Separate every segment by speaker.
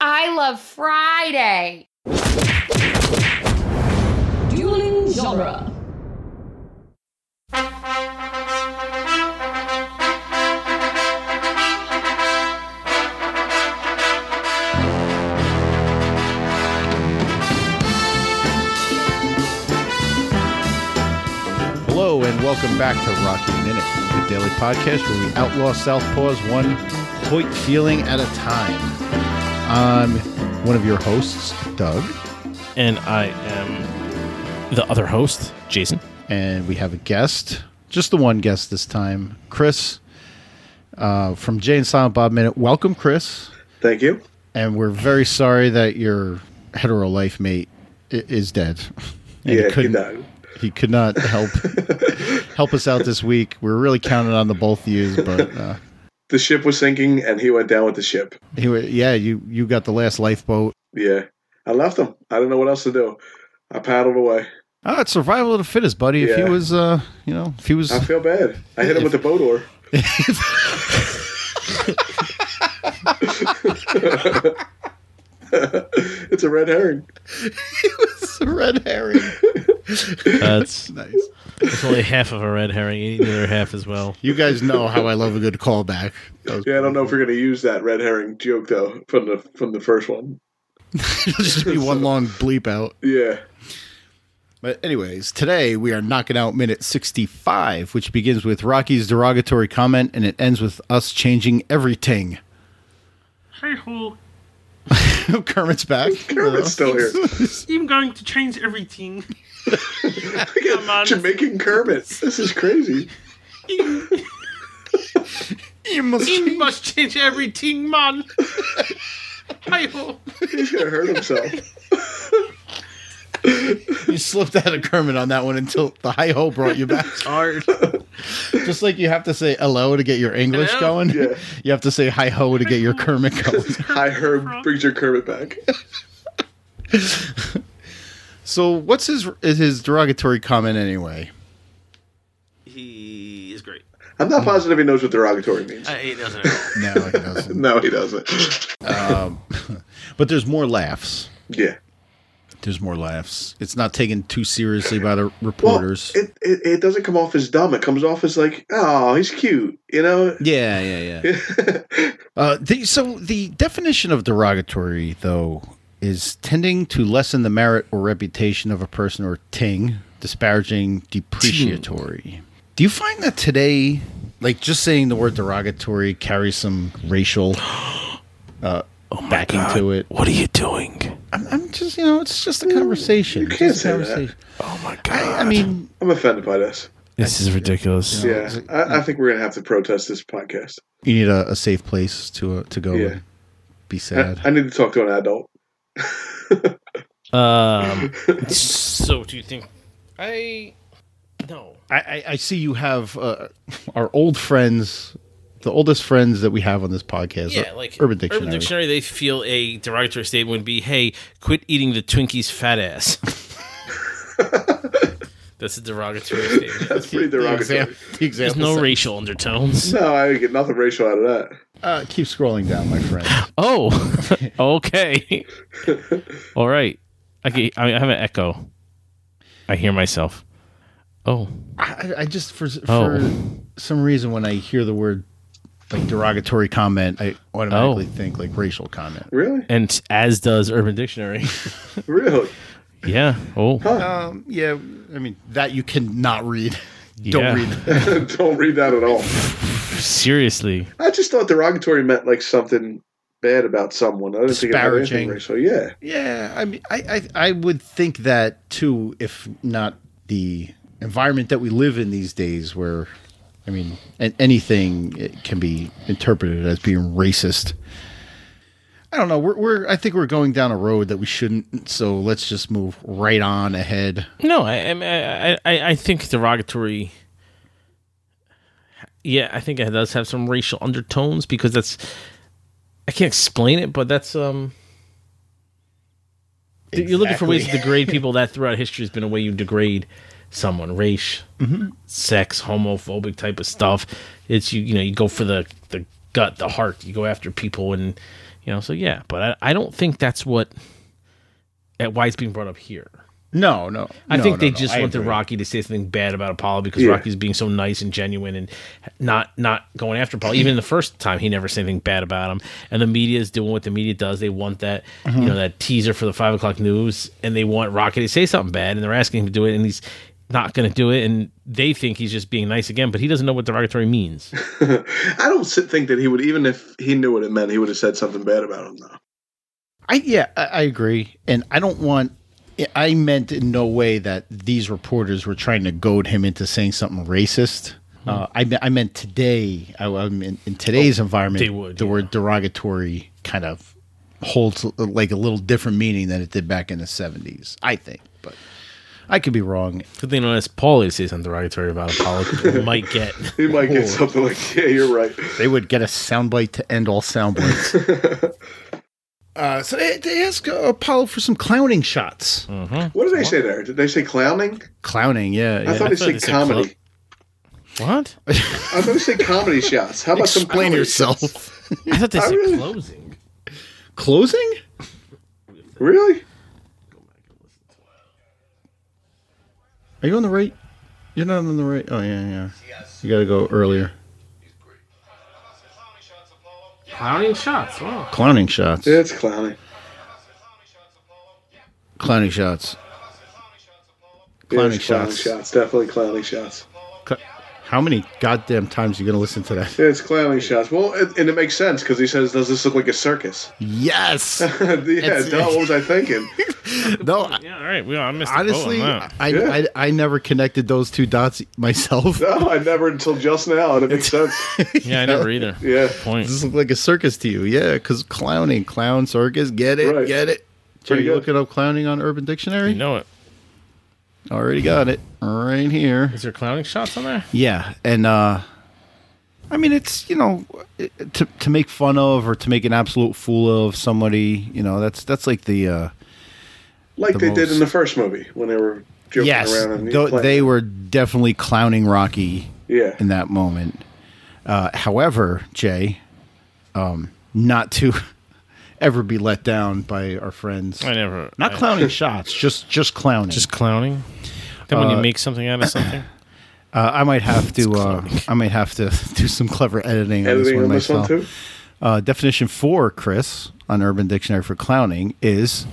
Speaker 1: I love Friday.
Speaker 2: Dueling genre.
Speaker 3: Hello and welcome back to Rocky Minute, the daily podcast where we outlaw Southpaws one toit feeling at a time. I'm one of your hosts, Doug,
Speaker 4: And I am the other host, Jason.
Speaker 3: and we have a guest, just the one guest this time, Chris uh, from Jay and Silent Bob Minute. Welcome, Chris.
Speaker 5: Thank you.
Speaker 3: And we're very sorry that your hetero life mate i- is dead. And
Speaker 5: yeah,
Speaker 3: he
Speaker 5: you
Speaker 3: couldn't-
Speaker 5: know.
Speaker 3: he could not help help us out this week. We were really counting on the both of you, but uh,
Speaker 5: The ship was sinking and he went down with the ship.
Speaker 3: he wa yeah, you you got the last lifeboat.
Speaker 5: Yeah. I left him. I didn't know what else to do. I paddled away.
Speaker 3: Ah, it's survival of the fittest, buddy. If he
Speaker 5: Yeah.
Speaker 3: was, uh, you know, if he was,
Speaker 5: I feel bad. I hit him with the boat oar. it's a red herring.
Speaker 3: was a red herring.
Speaker 4: That's
Speaker 3: nice.
Speaker 4: that's only half of a red herring. You need the other half as well.
Speaker 3: You guys know how I love a good callback. That was-
Speaker 5: Yeah, I don't know if we're gonna use that red herring joke though from the from the first one.
Speaker 3: It'll just be one long bleep out.
Speaker 5: Yeah.
Speaker 3: But anyways, today we are knocking out minute 65, which begins with Rocky's derogatory comment and it ends with us changing everything.
Speaker 6: Hey ho,
Speaker 3: Kermit's back.
Speaker 5: Kermit's still here.
Speaker 6: I'm going to change everything. Come on.
Speaker 5: Jamaican Kermit. This is crazy.
Speaker 3: You must
Speaker 6: You must change everything, man. Hey ho.
Speaker 5: He's gonna hurt himself.
Speaker 3: You slipped out of Kermit on that one until the hi ho brought you back.
Speaker 4: Hard.
Speaker 3: Just like you have to say hello to get your English
Speaker 6: Hello?
Speaker 3: going,
Speaker 5: Yeah.
Speaker 3: you have to say hi ho to get your Kermit going.
Speaker 5: Hi Herb brings your Kermit back.
Speaker 3: so, what's his is his derogatory comment anyway?
Speaker 6: He is great.
Speaker 5: I'm not positive he knows what derogatory means.
Speaker 6: he doesn't at
Speaker 3: No,
Speaker 6: all.
Speaker 3: he doesn't. Um,
Speaker 5: No, he doesn't.
Speaker 3: but there's more laughs.
Speaker 5: yeah.
Speaker 3: There's more laughs. It's not taken too seriously by the
Speaker 5: Well,
Speaker 3: reporters.
Speaker 5: it, it it doesn't come off as dumb. It comes off as like, oh, he's cute. You know.
Speaker 3: yeah, yeah, yeah. uh, the, so the definition of derogatory, though, is tending to lessen the merit or reputation of a person or ting, disparaging, depreciatory. Do you find that today, like just saying the word derogatory carries some racial uh, backing to it?
Speaker 4: Oh What are you doing?
Speaker 3: I'm, I'm just, you know, it's just a conversation. You
Speaker 5: can't say that.
Speaker 4: Oh my
Speaker 3: I, I mean,
Speaker 5: I'm offended by this.
Speaker 4: this Oh, is ridiculous.
Speaker 5: Yeah, I, I think we're gonna have to protest this podcast.
Speaker 3: you need a, a safe place to uh, to go
Speaker 5: Yeah.
Speaker 3: and be
Speaker 5: I,
Speaker 3: sad.
Speaker 5: I need to talk to an adult.
Speaker 4: Um. So, do you think I? No.
Speaker 3: I, I, I see you have uh, our old friends, the oldest friends that we have on this podcast.
Speaker 4: Yeah,
Speaker 3: uh,
Speaker 4: like
Speaker 3: Urban Dictionary.
Speaker 4: Urban Dictionary, they feel a derogatory statement would be, "Hey, quit eating the Twinkies, fat ass." That's a derogatory statement.
Speaker 5: That's pretty
Speaker 3: The
Speaker 5: derogatory.
Speaker 3: exam- the
Speaker 4: There's
Speaker 3: example.
Speaker 4: no
Speaker 3: sentence.
Speaker 4: racial undertones.
Speaker 5: No, I get nothing racial out of that.
Speaker 3: Uh, keep scrolling down, my friend.
Speaker 4: Oh, okay. All right. I, can, I have an echo. I hear myself. Oh,
Speaker 3: I, I just for for
Speaker 4: Oh.
Speaker 3: some reason when I hear the word like derogatory comment, I automatically
Speaker 4: Oh.
Speaker 3: think like racial comment.
Speaker 5: Really?
Speaker 4: and as does Urban Dictionary.
Speaker 5: Really?
Speaker 4: yeah. Oh,
Speaker 3: Um, yeah, I mean that you cannot read.
Speaker 4: Yeah.
Speaker 3: Don't read. That.
Speaker 5: Don't read that at all.
Speaker 4: seriously.
Speaker 5: I just thought derogatory meant like something bad about someone. I didn't think it meant anything
Speaker 3: Disparaging.
Speaker 5: racial. Yeah.
Speaker 3: Yeah, I mean, I, I I would think that too, if not the environment that we live in these days, where I mean, and anything it can be interpreted as being racist. I don't know. We're, we're I think we're going down a road that we shouldn't. So let's just move right on ahead.
Speaker 4: No, I, I, I- I, I think derogatory. Yeah, I think it does have some racial undertones because that's. I can't explain it, but that's um. You're looking for ways to degrade people. That throughout history has been a way you degrade someone, race, sex, homophobic type of stuff. It's you, you know, you go for the the gut, the heart. You go after people, and You know, so yeah, but I, I don't think that's what at why it's being brought up here.
Speaker 3: No, no.
Speaker 4: I
Speaker 3: no,
Speaker 4: think
Speaker 3: no,
Speaker 4: they
Speaker 3: no,
Speaker 4: just
Speaker 3: I
Speaker 4: wanted
Speaker 3: agree.
Speaker 4: Rocky to say something bad about Apollo because
Speaker 5: Yeah.
Speaker 4: Rocky's being so nice and genuine and not not going after Apollo. Even the first time, he never said anything bad about him. And the media is doing what the media does. They want that you know that teaser for the five o'clock news, and they want Rocky to say something bad, and they're asking him to do it, and he's not going to do it, and they think he's just being nice again, but he doesn't know what derogatory means.
Speaker 5: I don't sit- think that he would, even if he knew what it meant, he would have said something bad about him, though.
Speaker 3: I yeah, I, I agree, and I don't want. I meant in no way that these reporters were trying to goad him into saying something racist.
Speaker 4: Hmm.
Speaker 3: Uh, I, me- I meant today. I, I mean, in today's environment,
Speaker 4: Oh, they would,
Speaker 3: the
Speaker 4: yeah.
Speaker 3: word derogatory kind of holds uh, like a little different meaning than it did back in the seventies. I think, but I could be wrong.
Speaker 4: Good thing unless Paulie to say something derogatory about Apollo, 'cause we might get.
Speaker 5: He might get something like, yeah, you're right.
Speaker 3: They would get a soundbite to end all soundbites. uh, so they, they ask uh, Apollo for some clowning shots.
Speaker 4: Hmm.
Speaker 5: What did they say there? Did they say clowning?
Speaker 3: Clowning, yeah. yeah.
Speaker 5: I thought
Speaker 4: I
Speaker 5: they
Speaker 4: thought they
Speaker 5: said
Speaker 4: said
Speaker 5: comedy.
Speaker 4: What?
Speaker 5: I thought they said comedy shots. How about some
Speaker 3: Explain
Speaker 5: comedy shots?
Speaker 3: yourself.
Speaker 4: I thought they
Speaker 5: I
Speaker 4: said
Speaker 5: really-
Speaker 4: closing.
Speaker 3: Closing?
Speaker 5: Really?
Speaker 3: Are you on the right? You're not on the right. Oh yeah, yeah. You gotta go earlier.
Speaker 4: Clowning shots. Wow.
Speaker 3: Clowning shots.
Speaker 5: Yeah, it's clowning.
Speaker 3: Clowning shots.
Speaker 5: Yeah,
Speaker 3: Clowning
Speaker 5: it's clowning
Speaker 3: shots.
Speaker 5: shots. Definitely clowning shots.
Speaker 3: Cl- How many goddamn times are you gonna listen to that?
Speaker 5: Yeah, it's clowning shots. Well, it, and it makes sense because he says, "Does this look like a circus?"
Speaker 3: Yes.
Speaker 5: yeah, duh, what was I thinking?
Speaker 3: No. I-
Speaker 4: Yeah. All right. We I missed.
Speaker 3: honestly,
Speaker 4: the boat on
Speaker 3: I,
Speaker 4: that.
Speaker 3: I I never connected those two dots myself.
Speaker 5: No, I never until just now, and it makes sense.
Speaker 4: yeah, I never either.
Speaker 5: Yeah,
Speaker 4: Point.
Speaker 3: Does this look like a circus to you? Yeah, because clowning, clown circus. Get it?
Speaker 5: Right.
Speaker 3: Get it? Are
Speaker 5: Pretty
Speaker 3: you
Speaker 5: good.
Speaker 3: looking up clowning on Urban Dictionary?
Speaker 4: You know it.
Speaker 3: Already got it right here.
Speaker 4: Is there clowning shots on there?
Speaker 3: Yeah, and uh I mean it's you know it- to to make fun of or to make an absolute fool of somebody, you know, that's that's like the uh
Speaker 5: like
Speaker 3: The
Speaker 5: they did
Speaker 3: most-
Speaker 5: in the first movie when they were joking
Speaker 3: yes,
Speaker 5: around. And
Speaker 3: tho-
Speaker 5: playing.
Speaker 3: they were definitely clowning Rocky
Speaker 5: yeah,
Speaker 3: in that moment. Uh however, Jay, um not to ever be let down by our friends.
Speaker 4: I never.
Speaker 3: Not
Speaker 4: I-
Speaker 3: clowning shots, just just clowning.
Speaker 4: Just clowning. Then when you make something out of something,
Speaker 3: uh, I might have to uh, I might have to do some clever editing, on this
Speaker 5: editing
Speaker 3: one
Speaker 5: on this
Speaker 3: myself.
Speaker 5: one too.
Speaker 3: Uh, definition four, Chris, on Urban Dictionary for clowning is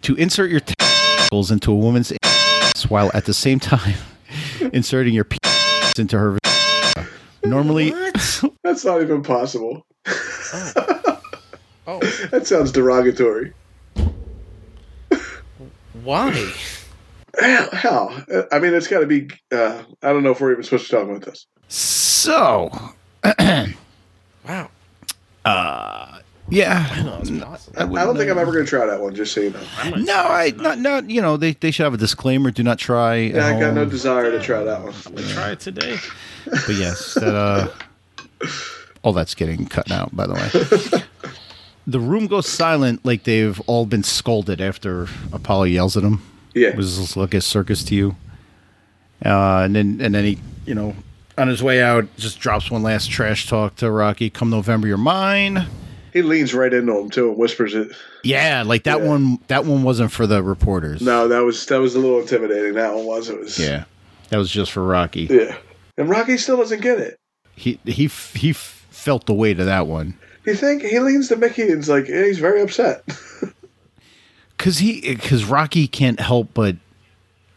Speaker 3: to insert your testicles into a woman's ass while at the same time inserting your penis into her. vagina. Normally,
Speaker 5: That's not even possible. oh. that sounds derogatory.
Speaker 4: why?
Speaker 5: How? I mean, it's got to be. Uh, I don't know if we're even supposed to talk about this.
Speaker 3: so
Speaker 4: Wow.
Speaker 3: Uh, yeah,
Speaker 5: I, don't think I'm ever going to try that one. Just so you know,
Speaker 3: no, I not not you know they, they should have a disclaimer. Do not try. at
Speaker 5: I got no
Speaker 3: home.
Speaker 5: desire to try that one.
Speaker 4: I try it today.
Speaker 3: But yes, that, uh, all that's getting cut out, by the way. the room goes silent like they've all been scolded after Apollo yells at them.
Speaker 5: Yeah.
Speaker 3: Was this look a circus to you? Uh, and then and then he, you know, on his way out, just drops one last trash talk to Rocky. Come November, you're mine.
Speaker 5: He leans right into him too and whispers it.
Speaker 3: Yeah, like that
Speaker 5: Yeah.
Speaker 3: one. That one wasn't for the reporters.
Speaker 5: No, that was that was a little intimidating. That one was. It was.
Speaker 3: Yeah, that was just for Rocky.
Speaker 5: Yeah. And Rocky still doesn't get it.
Speaker 3: He he f- he f- felt the weight of that one.
Speaker 5: You think he leans to Mickey and's like, yeah, he's very upset.
Speaker 3: because he because Rocky can't help but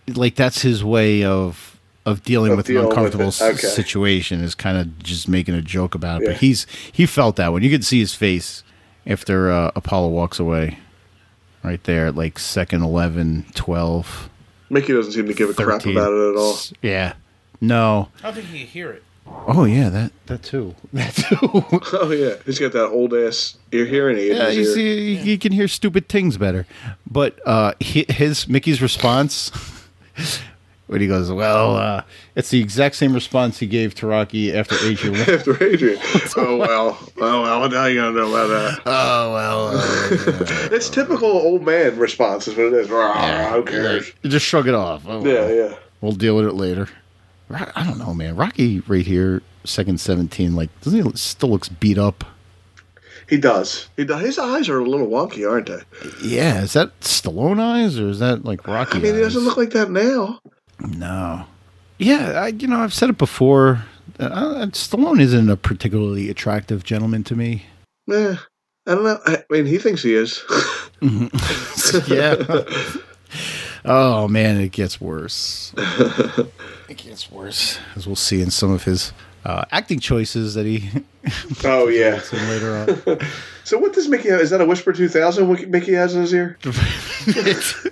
Speaker 3: like that's his way of of dealing
Speaker 5: Of
Speaker 3: with
Speaker 5: dealing
Speaker 3: an
Speaker 5: with
Speaker 3: uncomfortable
Speaker 5: it. Okay.
Speaker 3: s- situation is kind of just making a joke about it.
Speaker 5: Yeah.
Speaker 3: But he's he felt that one. You could see his face after uh, Apollo walks away, right there, at like second 11, 12,
Speaker 5: Mickey doesn't seem to give a
Speaker 3: 13.
Speaker 5: crap about it at all.
Speaker 3: S- Yeah, no.
Speaker 4: I don't think you hear it.
Speaker 3: Oh yeah, that that too. That too.
Speaker 5: Oh yeah, he's got that old ass ear hearing aid. in
Speaker 3: Yeah,
Speaker 5: his
Speaker 3: you
Speaker 5: ear.
Speaker 3: see, you can hear stupid things better. But uh, hi- his Mickey's response when he goes, "Well, uh, it's the exact same response he gave to Rocky after E Adrian." won."
Speaker 5: After Adrian. oh well, oh well. Now you gotta know about that.
Speaker 3: oh well, uh,
Speaker 5: It's typical old man response. Is what it is. Rah, Who cares?
Speaker 3: just shrug it off. Oh,
Speaker 5: Yeah,
Speaker 3: well.
Speaker 5: yeah.
Speaker 3: we'll deal with it later. Ro- I don't know, man. Rocky right here, second seventeen. Like, doesn't he still looks beat up?
Speaker 5: He does. He does. His eyes are a little wonky, aren't they?
Speaker 3: Yeah, is that Stallone eyes or is that like Rocky?
Speaker 5: I mean, he
Speaker 3: eyes?
Speaker 5: doesn't look like that now.
Speaker 3: No. Yeah, I, you know, I've said it before. Uh, uh, Stallone isn't a particularly attractive gentleman to me.
Speaker 5: Eh, I don't know. I mean, he thinks he is.
Speaker 3: yeah. oh man, it gets worse. it gets worse, as we'll see in some of his uh, acting choices that he
Speaker 5: oh yeah.
Speaker 3: makes in later on.
Speaker 5: So what does Mickey? Is that a Whisper Two Thousand? What Mickey has in his ear?
Speaker 3: it's,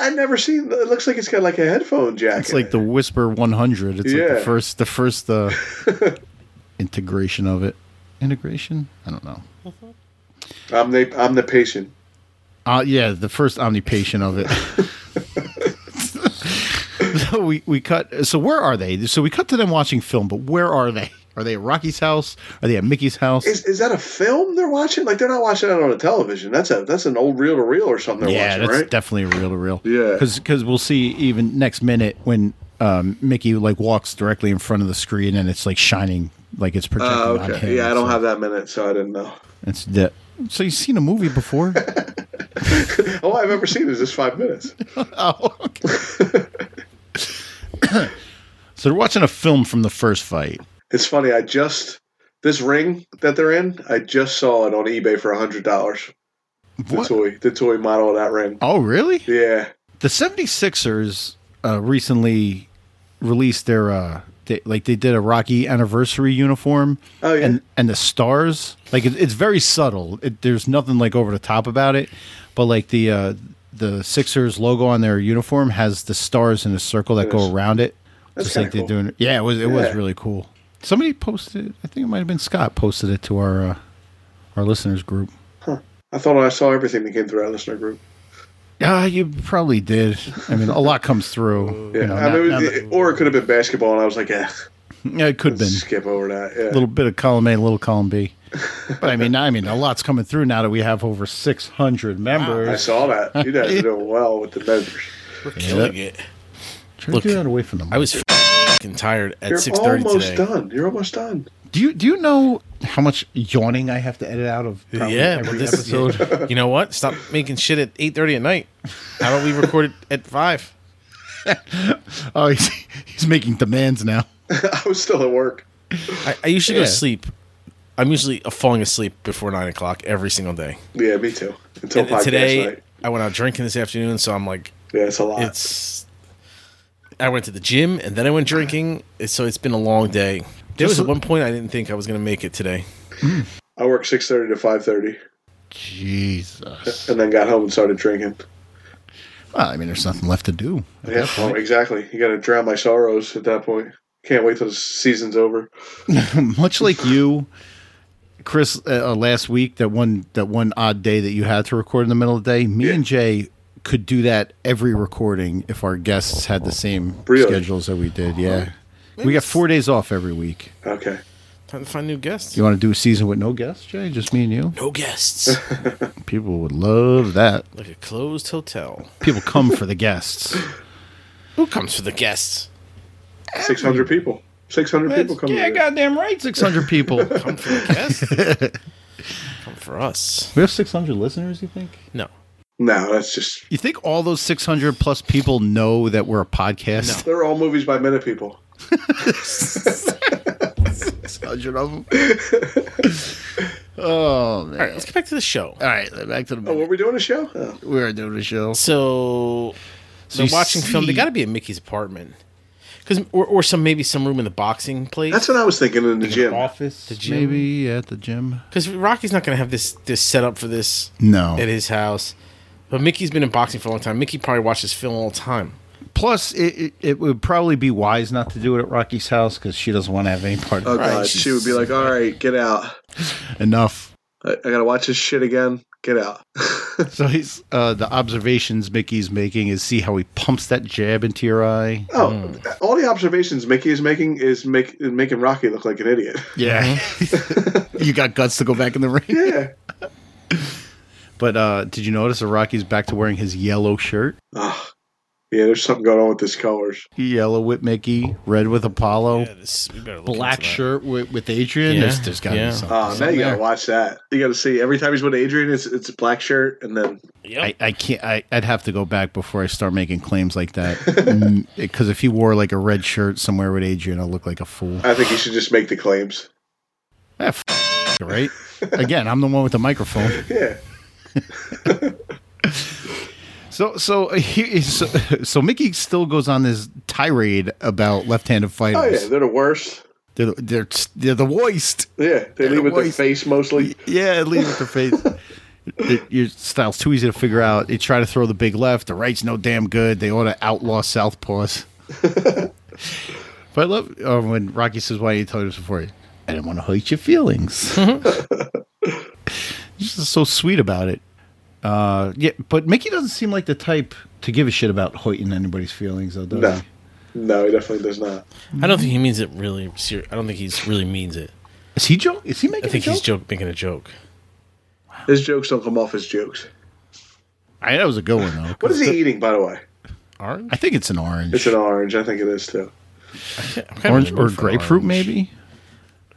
Speaker 5: I've never seen. It looks like it's got like a headphone jack.
Speaker 3: it's like the Whisper 100. It's like
Speaker 5: Yeah.
Speaker 3: the first, the first uh, integration of it. Integration? I don't know.
Speaker 5: I'm the I'm the patient.
Speaker 3: Uh, yeah, the first omnipatient of it. so we, we cut. So where are they? So we cut to them watching film, but where are they? Are they at Rocky's house? Are they at Mickey's house?
Speaker 5: Is is that a film they're watching? Like they're not watching it on a television. That's a that's an old reel to reel or something. They're
Speaker 3: yeah,
Speaker 5: watching,
Speaker 3: that's
Speaker 5: right?
Speaker 3: definitely real to real.
Speaker 5: Yeah.
Speaker 3: because we'll see even next minute when um, Mickey like walks directly in front of the screen and it's like shining like it's projecting
Speaker 5: Oh,
Speaker 3: on
Speaker 5: okay.
Speaker 3: him.
Speaker 5: Yeah, I don't
Speaker 3: so
Speaker 5: have that minute, so I didn't know.
Speaker 3: It's that. So you've seen a movie before?
Speaker 5: All I've ever seen is this five minutes.
Speaker 3: Oh, okay. so they're watching a film from the first fight.
Speaker 5: It's funny. I just this ring that they're in. I just saw it on eBay for a hundred dollars. The
Speaker 3: What?
Speaker 5: toy, the toy model of that ring.
Speaker 3: Oh, really?
Speaker 5: Yeah.
Speaker 3: The 76ers uh, recently released their uh they, like they did a Rocky anniversary uniform
Speaker 5: Oh, yeah.
Speaker 3: and and the stars like it, it's very subtle. It, there's nothing like over the top about it, but like the uh the Sixers logo on their uniform has the stars in a circle that go
Speaker 5: Yes.
Speaker 3: around it.
Speaker 5: That's
Speaker 3: just like
Speaker 5: kinda
Speaker 3: they're doing Yeah, it was it was
Speaker 5: Yeah.
Speaker 3: really cool. Somebody posted it. I think it might have been Scott posted it to our uh, our listeners group.
Speaker 5: I thought I saw everything that came through our listener group.
Speaker 3: Yeah, Ah, you probably did. I mean, a lot comes through.
Speaker 5: Yeah.
Speaker 3: you know,
Speaker 5: I
Speaker 3: now-
Speaker 5: mean,
Speaker 3: now
Speaker 5: it-
Speaker 3: that-
Speaker 5: or it could have been basketball, and I was like, eh,
Speaker 3: yeah, it could have been.
Speaker 5: skip over that. Yeah.
Speaker 3: a little bit of column A, a little column B. But I mean, I mean, a lot's coming through now that we have over 600
Speaker 5: I
Speaker 3: members.
Speaker 5: saw that. You guys are doing well with the numbers.
Speaker 4: We're killing it.
Speaker 3: Try to
Speaker 4: Look,
Speaker 3: get that away from them.
Speaker 4: I was f***ing tired at
Speaker 5: You're
Speaker 4: six thirty
Speaker 5: almost
Speaker 4: today.
Speaker 5: done. You're almost done.
Speaker 3: do you do you know how much yawning I have to edit out of probably
Speaker 4: Yeah, but
Speaker 3: every
Speaker 4: this
Speaker 3: episode?
Speaker 4: episode. You know what? Stop making shit at eight thirty at night. How about we record it at five?
Speaker 3: oh, he's, he's making demands now.
Speaker 5: I was still at work.
Speaker 4: I, I usually go
Speaker 3: Yeah.
Speaker 4: to sleep. I'm usually falling asleep before nine o'clock every single day.
Speaker 5: Yeah, me too. Until
Speaker 4: And
Speaker 5: podcast
Speaker 4: today,
Speaker 5: night.
Speaker 4: I went out drinking this afternoon, so I'm like,
Speaker 5: Yeah, it's a lot.
Speaker 4: it's. I went to the gym and then I went drinking, it's- so it's been a long day. There was
Speaker 3: Just-
Speaker 4: at one point I didn't think I was going to make it today.
Speaker 5: I worked six thirty to five thirty,
Speaker 3: Jesus.
Speaker 5: and then got home and started drinking.
Speaker 3: Well, I mean, there's nothing left to do. at
Speaker 5: Yeah,
Speaker 3: that point.
Speaker 5: well, exactly. You got to drown my sorrows at that point. Can't wait till the season's over.
Speaker 3: much like you, Chris, uh, uh, last week that one that one odd day that you had to record in the middle of the day. Me and Jay could do that every recording if our guests had the same
Speaker 5: Really?
Speaker 3: schedules that we did. Yeah, we got four days off every week.
Speaker 5: Okay.
Speaker 4: Time to find new guests.
Speaker 3: You want to do a season with no guests, Jay? Just me and you.
Speaker 4: No guests.
Speaker 3: People would love that.
Speaker 4: like a closed hotel.
Speaker 3: People come for the guests.
Speaker 4: Who comes for the guests?
Speaker 5: Six hundred people. Six hundred people coming.
Speaker 3: yeah, goddamn right, six hundred people.
Speaker 4: Come for the guests? Come for us.
Speaker 3: we have six hundred listeners. You think?
Speaker 4: No.
Speaker 5: No, that's just.
Speaker 3: You think all those six hundred plus people know that we're a podcast?
Speaker 5: They're all movies by minute people.
Speaker 3: hundred of them. oh man!
Speaker 4: All right, let's get back to the show.
Speaker 3: All right, back to the
Speaker 5: Oh, were we doing a show? Oh.
Speaker 3: we are doing the show.
Speaker 4: So,
Speaker 3: you
Speaker 4: they're watching film. They
Speaker 3: see-
Speaker 4: got to be in Mickey's apartment, because or, or some maybe some room in the boxing
Speaker 5: That's
Speaker 4: place.
Speaker 5: what I was thinking in the gym.
Speaker 4: office. The gym.
Speaker 3: Maybe at the gym.
Speaker 4: Because Rocky's not going to have this this set up for this
Speaker 3: No.
Speaker 4: at his house. But Mickey's been in boxing for a long time. Mickey probably watches film all the time.
Speaker 3: Plus, it, it it would probably be wise not to do it at Rocky's house because she doesn't want to have any part
Speaker 5: Oh
Speaker 3: of it.
Speaker 5: god, she would be like, "All right, get out.
Speaker 3: Enough.
Speaker 5: I, I gotta watch this shit again. Get out."
Speaker 3: So he's uh, the observations Mickey's making is see how he pumps that jab into your eye.
Speaker 5: Oh,
Speaker 3: Hmm.
Speaker 5: all the observations Mickey is making is make is making Rocky look like an idiot.
Speaker 3: Yeah. Mm-hmm. you got guts to go back in the ring.
Speaker 5: Yeah.
Speaker 3: But uh, did you notice that Rocky's back to wearing his yellow shirt?
Speaker 5: Oh, Yeah, there's something going on with his colors.
Speaker 3: Yellow with Mickey, red with Apollo,
Speaker 7: Yeah, this, we better look
Speaker 3: black
Speaker 7: into that.
Speaker 3: shirt with, with Adrian.
Speaker 4: Yeah,
Speaker 3: There's, there's got to
Speaker 4: yeah.
Speaker 3: be something.
Speaker 5: Ah, now
Speaker 3: something
Speaker 5: you gotta
Speaker 3: there.
Speaker 5: watch that. You gotta see every time he's with Adrian, it's it's a black shirt, and then
Speaker 7: Yep.
Speaker 3: I, I can't. I, I'd have to go back before I start making claims like that. Because if he wore like a red shirt somewhere with Adrian, I'll look like a fool.
Speaker 5: I think you should just make the claims.
Speaker 3: Ah, f- it, right? Again, I'm the one with the microphone.
Speaker 5: Yeah,
Speaker 3: So, so he, so, so Mickey still goes on this tirade about left-handed
Speaker 5: oh yeah,
Speaker 3: fighters.
Speaker 5: they're the worst.
Speaker 3: they're, they're they're the worst.
Speaker 5: Yeah, they leave with their
Speaker 3: worst.
Speaker 5: face mostly.
Speaker 3: Yeah, leave it to faith. Your style's too easy to figure out. They try to throw the big left. The right's no damn good. They ought to outlaw southpaws. but I love uh, when Rocky says, "Why you told us before?" I didn't want to hurt your feelings. He's just so sweet about it. Uh, yeah, but Mickey doesn't seem like the type to give a shit about hoiting anybody's feelings, though. Does
Speaker 5: No,
Speaker 3: he?
Speaker 5: no, he definitely does not.
Speaker 4: I don't think he means it really. Ser- I don't think he's really means it.
Speaker 3: Is he joke? Is he making?
Speaker 4: I think
Speaker 3: a joke?
Speaker 4: he's joke making a joke.
Speaker 5: His jokes don't come off as jokes.
Speaker 3: I that was a good one though.
Speaker 5: What is he eating, by the way?
Speaker 4: Orange,
Speaker 3: I think it's an orange,
Speaker 5: It's an orange. I think it is too.
Speaker 4: I'm kinda
Speaker 3: orange
Speaker 4: in the mood
Speaker 3: or
Speaker 4: for
Speaker 3: grapefruit,
Speaker 4: orange.
Speaker 3: maybe.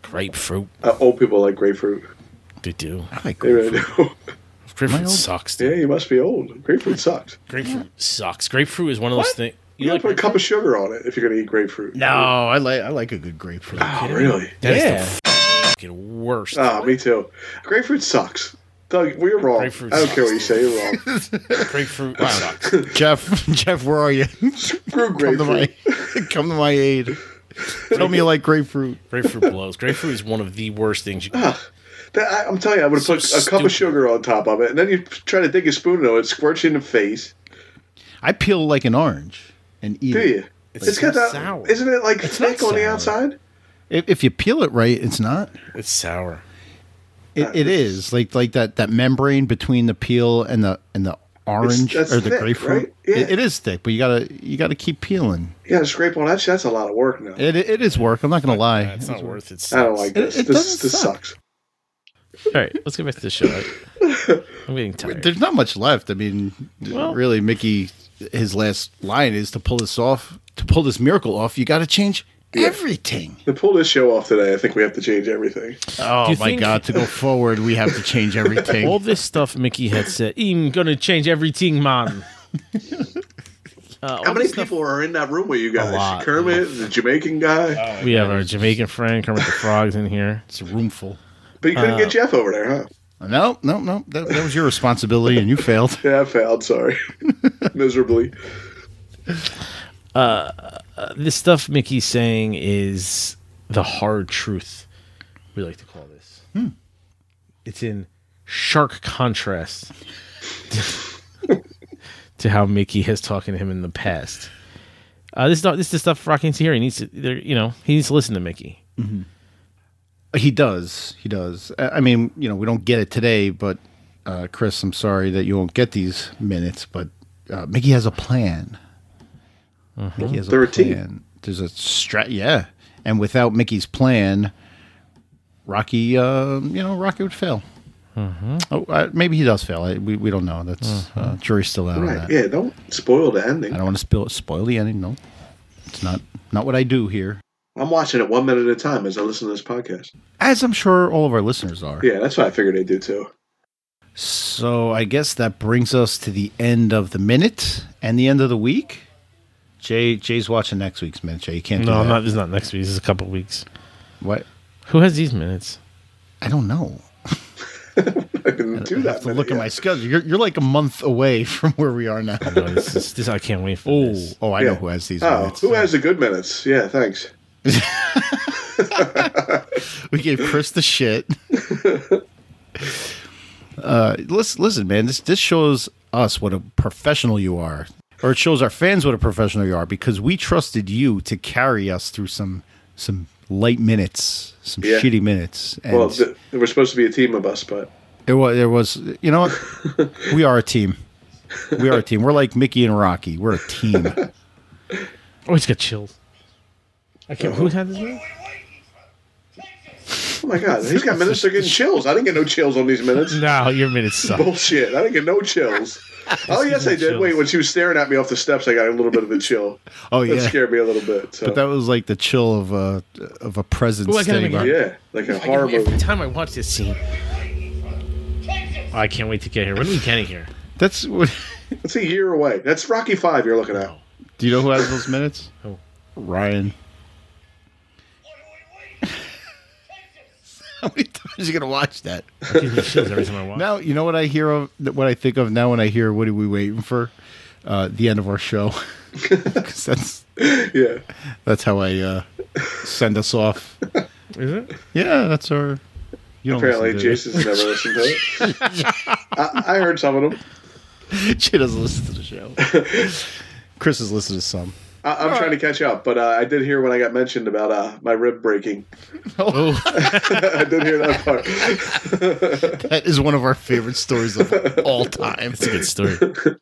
Speaker 4: Grapefruit,
Speaker 5: Uh, old people like grapefruit.
Speaker 4: they do.
Speaker 3: I like
Speaker 5: They really
Speaker 3: grapefruit.
Speaker 5: do.
Speaker 4: Grapefruit
Speaker 3: old-
Speaker 4: sucks. dude.
Speaker 5: yeah, you must be old. Grapefruit sucks.
Speaker 4: Grapefruit sucks. Grapefruit is one of those things.
Speaker 5: You gotta put a cup of sugar on it if you're gonna eat grapefruit.
Speaker 3: No, I like I like a good grapefruit.
Speaker 5: Oh, really?
Speaker 4: That is
Speaker 3: Yeah.
Speaker 4: the fucking worst.
Speaker 5: Ah, me too. Grapefruit sucks. Doug, we're wrong.
Speaker 4: Grapefruit
Speaker 5: I don't care what
Speaker 4: sucks,
Speaker 5: you say. You're wrong.
Speaker 4: Grapefruit sucks.
Speaker 3: Jeff, Jeff, where are you?
Speaker 5: Screw
Speaker 3: come to my
Speaker 5: grapefruit.
Speaker 3: come to my aid. Tell me you like grapefruit.
Speaker 4: Grapefruit blows. Grapefruit is one of the worst things you can.
Speaker 5: That- I, am telling you, I would have
Speaker 4: So
Speaker 5: put a cup
Speaker 4: stupid.
Speaker 5: of sugar on top of it, and then you try to dig a spoon into it, squirts you in the face.
Speaker 3: I peel like an orange and eat
Speaker 5: Do
Speaker 3: it.
Speaker 5: you? it's got
Speaker 4: so
Speaker 5: that.
Speaker 4: sour.
Speaker 5: Isn't it like
Speaker 4: not
Speaker 5: thick on the
Speaker 4: sour.
Speaker 5: outside?
Speaker 3: If, if you peel it right, it's not.
Speaker 4: It's sour.
Speaker 5: Ah,
Speaker 3: It, it is like like that that membrane between the peel and the and the orange
Speaker 5: that's
Speaker 3: or the
Speaker 5: thick,
Speaker 3: grapefruit.
Speaker 5: right? Yeah.
Speaker 3: It, it is thick, but you gotta you gotta keep peeling.
Speaker 5: You gotta scrape on that. shit. That's a lot of work now.
Speaker 3: It it, it is work. I'm not gonna lie.
Speaker 4: Nah, it's not worth it.
Speaker 5: I don't like
Speaker 3: It-
Speaker 5: this.
Speaker 3: it
Speaker 5: this
Speaker 3: doesn't
Speaker 5: this
Speaker 3: suck.
Speaker 5: sucks.
Speaker 4: All right, let's get back to the show. I'm getting tired.
Speaker 3: There's not much left. I mean,
Speaker 4: Well-
Speaker 3: really, Mickey, his last line is to pull this off, to pull this miracle off, you got to change everything.
Speaker 5: To pull this show off today, I think we have to change everything.
Speaker 3: Oh my
Speaker 4: Do you think-
Speaker 3: God! To go forward, we have to change everything.
Speaker 4: All this stuff Mickey had said. I'm gonna change everything, man. Uh,
Speaker 5: How
Speaker 4: all
Speaker 5: many
Speaker 4: this stuff-
Speaker 5: people are in that room with you guys?
Speaker 3: lot.
Speaker 5: Kermit, the Jamaican guy.
Speaker 4: We have our Jamaican friend Kermit the Frog's in here.
Speaker 3: it's a room full.
Speaker 5: but you couldn't
Speaker 4: Uh,
Speaker 5: get Jeff over there, huh?
Speaker 3: No, no, no. That, that was your responsibility, and you failed.
Speaker 5: Yeah, I failed. Sorry, miserably.
Speaker 4: this stuff Mickey's saying is the hard truth. We like to call this.
Speaker 5: Hmm.
Speaker 4: It's in sharp contrast to how Mickey has talking to him in the past. Uh, this is not, this is the stuff Rocky needs to hear. He needs to, there- you know, he needs to listen to Mickey.
Speaker 3: He does. He does. I I mean, you know, we don't get it today, but uh, Chris, I'm sorry that you won't get these minutes, but uh, Mickey has a plan. Mickey has
Speaker 5: They're
Speaker 3: a
Speaker 5: a team.
Speaker 3: plan. There's a strat. Yeah, and without Mickey's plan, Rocky, uh, you know, Rocky would fail. Oh, uh, maybe he does fail. I, we we don't know. That's uh, jury's still out on
Speaker 5: Right?
Speaker 3: that.
Speaker 5: Yeah. Don't spoil the ending.
Speaker 3: I don't want to spill spoil the ending. No, it's not not what I do here.
Speaker 5: I'm watching it one minute at a time as I listen to this podcast.
Speaker 3: As I'm sure all of our listeners are.
Speaker 5: Yeah, that's what I figured I do too.
Speaker 3: So I guess that brings us to the end of the minute and the end of the week. Jay Jay's watching next week's minute. Jay, you can't. do
Speaker 4: No, I'm
Speaker 3: that.
Speaker 4: not. This is not next week. This is a couple weeks.
Speaker 3: What?
Speaker 4: Who has these minutes?
Speaker 3: I don't know.
Speaker 5: I can do
Speaker 3: I
Speaker 5: that.
Speaker 3: have to
Speaker 5: minute,
Speaker 3: look at
Speaker 5: yeah.
Speaker 3: my schedule. You're, you're like a month away from where we are now.
Speaker 4: No, this is, this, I can't wait for
Speaker 3: Oh,
Speaker 4: this.
Speaker 3: oh, I know
Speaker 5: Yeah.
Speaker 3: who has these
Speaker 5: Oh,
Speaker 3: minutes.
Speaker 5: who has the good minutes? Yeah, thanks.
Speaker 3: we gave Chris the shit. uh, listen, listen, man. This this shows us what a professional you are, or it shows our fans what a professional you are, because we trusted you to carry us through some some light minutes, some
Speaker 5: Yeah.
Speaker 3: shitty minutes. And
Speaker 5: Well, th- there was supposed to be a team of us, but
Speaker 3: there was there was you know what? we are a team. We are a team. We're like Mickey and Rocky. We're a team.
Speaker 4: Oh, he's got chills. I can't. Who had this? minute?
Speaker 5: oh my god, he's got minutes. They're getting chills. I didn't get no chills on these minutes.
Speaker 4: No, your minutes suck.
Speaker 5: Bullshit. I didn't get no chills. oh yes, I
Speaker 4: me
Speaker 5: did. Wait,
Speaker 4: chills.
Speaker 5: when she was staring at me off the steps, I got a little bit of a chill.
Speaker 3: Oh
Speaker 5: That
Speaker 3: yeah,
Speaker 5: scared me a little bit. So.
Speaker 3: but that was like the chill of a of a presence.
Speaker 4: Ooh, I got him
Speaker 3: standing
Speaker 4: again.
Speaker 3: by-
Speaker 5: yeah, like a
Speaker 4: I can't
Speaker 5: horror
Speaker 4: wait every
Speaker 5: movie.
Speaker 4: time I watch this scene. I can't wait to get here. When are we getting here?
Speaker 3: That's what.
Speaker 5: It's a year away. That's Rocky Five you're looking at.
Speaker 3: Do you know who has those minutes?
Speaker 4: Who?
Speaker 3: Ryan. How many times you gonna watch that?
Speaker 4: It gives me chills every time I watch.
Speaker 3: Now you know what I hear of what I think of now when I hear what are we waiting for? Uh, the end of our show. 'Cause that's
Speaker 5: Yeah.
Speaker 3: that's how I uh, send us off.
Speaker 4: Is it?
Speaker 3: Yeah, that's our. You don't
Speaker 5: Apparently,
Speaker 3: listen to
Speaker 5: Jason's never listened to it. I, I heard some of them.
Speaker 3: it. She doesn't listen to the show. Chris has listened to some.
Speaker 5: I, I'm trying to catch up, but uh, I did hear when I got mentioned about uh, my rib breaking.
Speaker 4: Oh,
Speaker 5: I did hear that part.
Speaker 3: That is one of our favorite stories of all time.
Speaker 4: it's a good story.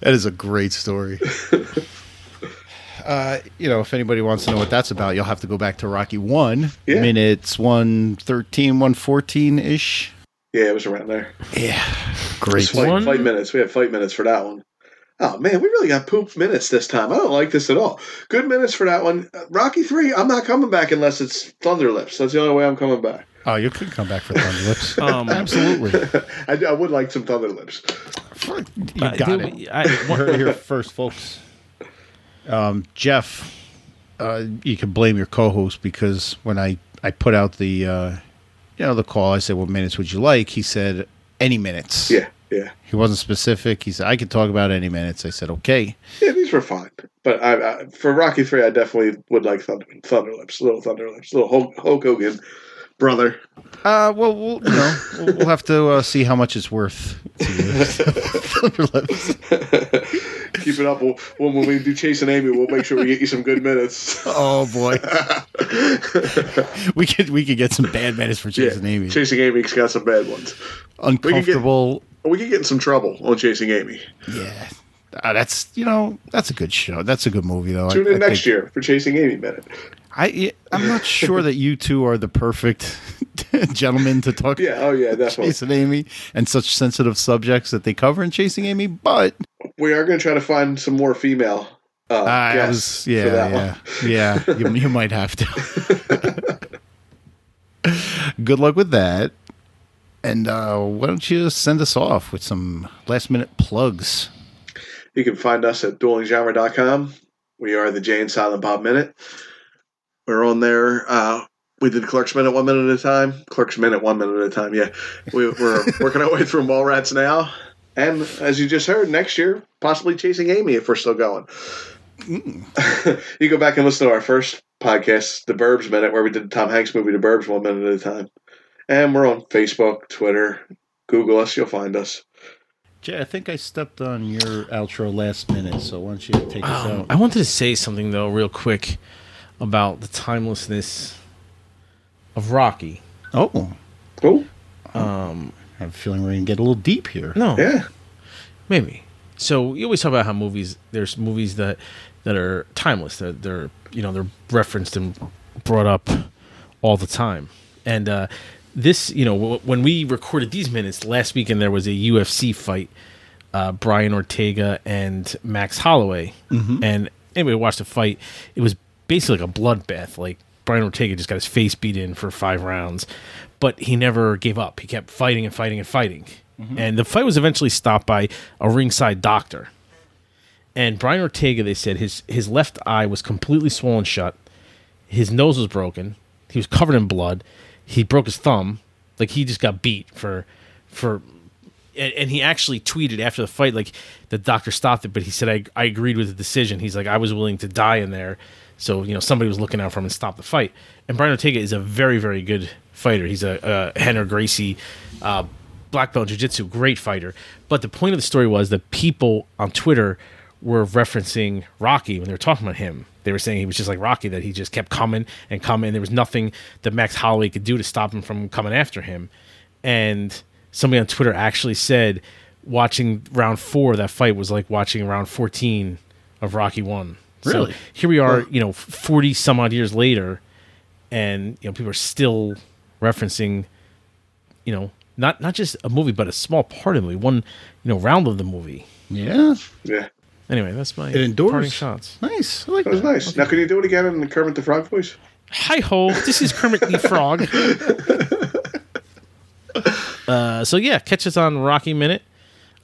Speaker 3: That is a great story. Uh, you know, if anybody wants to know what that's about, you'll have to go back to Rocky One.
Speaker 5: Yeah.
Speaker 3: Minutes 113, 114 ish.
Speaker 5: Yeah, it was around there.
Speaker 3: Yeah. Great.
Speaker 5: Fight,
Speaker 4: One-
Speaker 5: fight minutes. We had fight minutes for that one. Oh man, we really got poop minutes this time. I don't like this at all. Good minutes for that one. Uh, Rocky three. I'm not coming back unless it's Thunder Lips. That's the only way I'm coming back.
Speaker 3: Oh, you could come back for Thunder Lips.
Speaker 4: Um,
Speaker 3: Absolutely.
Speaker 5: I, I would like some Thunder Lips.
Speaker 3: you
Speaker 4: I-
Speaker 3: got
Speaker 4: Uh, dude,
Speaker 3: it.
Speaker 4: I,
Speaker 3: Heard it
Speaker 4: one,
Speaker 3: here first, folks. Um, Jeff, uh, you can blame your co-host because when I, I put out the, uh, you know, the call, I said, what minutes would you like? He said, any minutes.
Speaker 5: Yeah, yeah,
Speaker 3: He wasn't specific. He said, I could talk about any minutes. I said, okay.
Speaker 5: yeah. These were fine, but I, I, for Rocky three, I definitely would like Thunder Thunder Lips. Little Thunder Lips. Little Hulk, Hulk Hogan brother.
Speaker 3: Uh, well, we'll you know, we'll, we'll have to uh, see how much it's worth. to you. Thunder Lips.
Speaker 5: Keep it up. We'll, when when we do Chase and Amy, we'll make sure we get you some good minutes.
Speaker 3: Oh boy, we could we could get some bad minutes for
Speaker 5: Yeah,
Speaker 3: Jason Amy.
Speaker 5: Chasing Amy's got some bad ones.
Speaker 3: Uncomfortable.
Speaker 5: We could get in some trouble on Chasing Amy.
Speaker 3: yeah, Uh, that's you know that's a good show. That's a good movie though. I-
Speaker 5: Tune
Speaker 3: I
Speaker 5: in next
Speaker 3: think-
Speaker 5: year for Chasing Amy minute.
Speaker 3: I I'm not sure that you two are the perfect gentlemen to talk.
Speaker 5: Yeah. Oh yeah. Definitely.
Speaker 3: Chasing Amy and such sensitive subjects that they cover in Chasing Amy, but
Speaker 5: We are going to try to find some more female. Uh,
Speaker 3: I
Speaker 5: guests
Speaker 3: was,
Speaker 5: for that
Speaker 3: yeah,
Speaker 5: one.
Speaker 3: yeah, yeah. You, you might have to. Good luck with that. And uh, why don't you send us off with some last minute plugs?
Speaker 5: You can find us at duelinggenre.com. We are the Jay and Silent Bob Minute. We're on there. Uh, we did Clerks Minute one minute at a time. Clerks Minute one minute at a time. Yeah, we, we're working our way through Mallrats now. And as you just heard, next year possibly chasing Amy if we're still going. you go back and listen to our first podcast, The Burbs Minute, where we did the Tom Hanks movie, The Burbs, one minute at a time. And we're on Facebook, Twitter, Google us. You'll find us.
Speaker 3: Jay, I think I stepped on your outro last minute, so why don't you take us
Speaker 4: um, I wanted to say something though, real quick, about the timelessness of Rocky.
Speaker 3: Oh,
Speaker 5: Cool.
Speaker 4: Um,
Speaker 3: I have a feeling we're going to get a little deep here.
Speaker 4: no,
Speaker 5: Yeah.
Speaker 4: Maybe. So we always talk about how movies there's movies that that are timeless. They're, they're you know they're referenced and brought up all the time. And uh, this you know w- when we recorded these minutes last week, and there was a UFC fight, uh, Brian Ortega and Max Holloway. And anybody who watched the fight, it was basically like a bloodbath. Like Brian Ortega just got his face beat in for five rounds, but he never gave up. He kept fighting and fighting and fighting. And the fight was eventually stopped by a ringside doctor. And Brian Ortega, they said his his left eye was completely swollen shut. His nose was broken. He was covered in blood. He broke his thumb. Like he just got beat for for and, and he actually tweeted after the fight like the doctor stopped it but he said I, I agreed with the decision he's like i was willing to die in there so you know somebody was looking out for him and stopped the fight and brian ortega is a very very good fighter he's a, a henry gracie uh, black belt jiu-jitsu great fighter but the point of the story was that people on twitter were referencing rocky when they were talking about him they were saying he was just like rocky that he just kept coming and coming there was nothing that max holloway could do to stop him from coming after him and somebody on Twitter actually said watching round four of that fight was like watching round fourteen of Rocky One.
Speaker 3: Really?
Speaker 4: So here we are, you know, forty some odd years later, and you know people are still referencing, you know, not not just a movie, but a small part of the movie, one you know round of the movie.
Speaker 3: Yeah,
Speaker 5: Yeah,
Speaker 4: Anyway, that's my
Speaker 3: it
Speaker 4: parting
Speaker 3: endures.
Speaker 4: shots.
Speaker 3: Nice. I like
Speaker 5: that was
Speaker 3: that.
Speaker 5: nice. Now, can you do it again in the Kermit the Frog voice?
Speaker 4: Hi ho, this is Kermit the Frog. uh, so yeah, catch us on Rocky Minute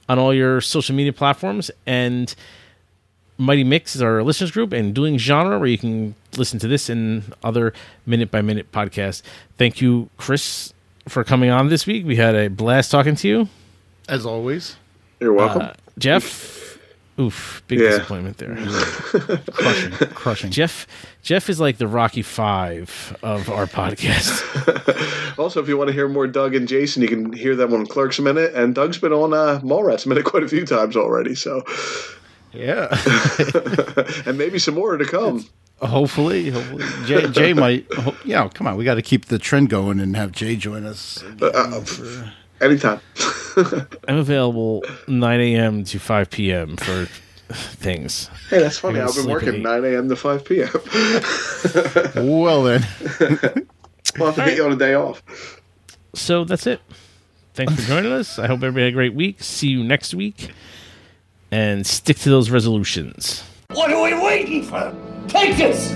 Speaker 4: on all your social media platforms and Mighty Mix is our listeners group and doing genre where you can listen to this and other minute by minute podcasts. Thank you, Chris, for coming on this week. We had a blast talking to you.
Speaker 3: As always,
Speaker 5: You're welcome.
Speaker 4: Uh, Jeff. Oof, big
Speaker 5: Yeah.
Speaker 4: disappointment there.
Speaker 3: crushing, crushing.
Speaker 4: Jeff Jeff is like the Rocky Five of our podcast.
Speaker 5: also, if you want to hear more Doug and Jason, you can hear them on Clerks Minute, and Doug's been on uh, Mallrats Minute quite a few times already. So,
Speaker 3: Yeah.
Speaker 5: and maybe some more to come.
Speaker 3: hopefully, hopefully, Jay, Jay might. ho- Yeah, come on, we got to keep the trend going and have Jay join us.
Speaker 5: Uh, anytime.
Speaker 4: I'm available 9 a.m. to 5 p.m. for things.
Speaker 5: hey, that's funny.
Speaker 4: You're
Speaker 5: I've been
Speaker 4: sleeping
Speaker 5: working
Speaker 4: eight.
Speaker 5: 9 a.m. to 5 p.m.
Speaker 3: Well then,
Speaker 5: we'll have to get you on a day off.
Speaker 4: So that's it. Thanks for joining us. I hope everybody had a great week. See you next week. And stick to those resolutions.
Speaker 2: What are we waiting for? Take this!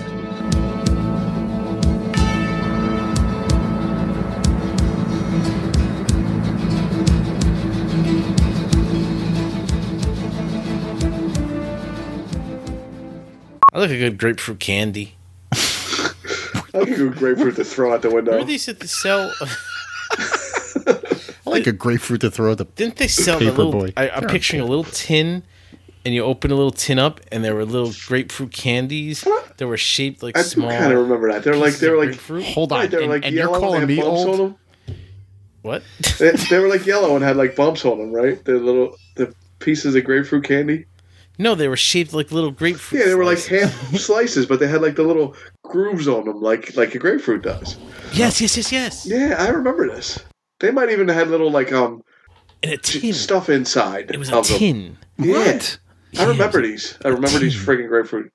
Speaker 4: I like a good grapefruit candy.
Speaker 5: I could go grapefruit to throw out the window.
Speaker 4: Didn't they used to sell?
Speaker 3: I like a grapefruit to throw at the.
Speaker 4: Didn't they sell the
Speaker 3: Paper
Speaker 4: little?
Speaker 3: boy.
Speaker 4: I, I'm
Speaker 3: Sure.
Speaker 4: picturing a little tin, and you open a little tin up, and there were little grapefruit candies that were shaped like
Speaker 5: I do
Speaker 4: small.
Speaker 5: kind of remember that. They're like
Speaker 4: pieces
Speaker 5: they were
Speaker 4: of
Speaker 5: like
Speaker 4: grapefruit.
Speaker 3: Hold on,
Speaker 5: right, they were
Speaker 3: and,
Speaker 5: like
Speaker 3: and
Speaker 5: yellow
Speaker 3: you're calling
Speaker 5: and they
Speaker 3: me
Speaker 5: had bumps on
Speaker 3: old?
Speaker 5: them.
Speaker 4: What?
Speaker 5: They, they were like yellow and had like bumps on them, right? The little the pieces of grapefruit candy.
Speaker 4: No, they were shaped like little grapefruit.
Speaker 5: Yeah, they were like
Speaker 4: slices.
Speaker 5: half slices, but they had like the little grooves on them, like like a grapefruit does.
Speaker 4: yes, yes, yes, yes.
Speaker 5: Yeah, I remember this. They might even had little like um
Speaker 4: In a
Speaker 5: j-
Speaker 4: tin.
Speaker 5: stuff inside.
Speaker 4: It was a tin.
Speaker 5: Them. Yeah.
Speaker 3: What?
Speaker 5: I remember these. I remember these friggin' grapefruit.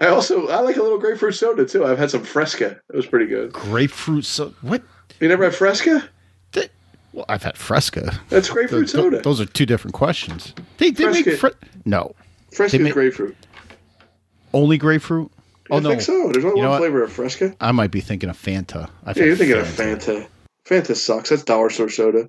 Speaker 5: I also I like a little grapefruit soda too. I've had some Fresca. It was pretty good.
Speaker 3: Grapefruit. So what?
Speaker 5: You never had Fresca?
Speaker 3: Th- well, I've had Fresca.
Speaker 5: That's grapefruit
Speaker 3: Th- th-
Speaker 5: soda.
Speaker 3: Those are two different questions. They, they make
Speaker 5: Fresca-
Speaker 3: fre- no
Speaker 5: Fresca
Speaker 3: they
Speaker 5: is
Speaker 3: make-
Speaker 5: grapefruit.
Speaker 3: only grapefruit. Oh
Speaker 5: I
Speaker 3: no,
Speaker 5: think so. There's only
Speaker 3: You know what?
Speaker 5: one flavor of Fresca.
Speaker 3: I might be thinking of Fanta. I've
Speaker 5: Yeah, you're
Speaker 3: had
Speaker 5: thinking of
Speaker 3: Fanta.
Speaker 5: Fanta. Fanta sucks. That's dollar store soda.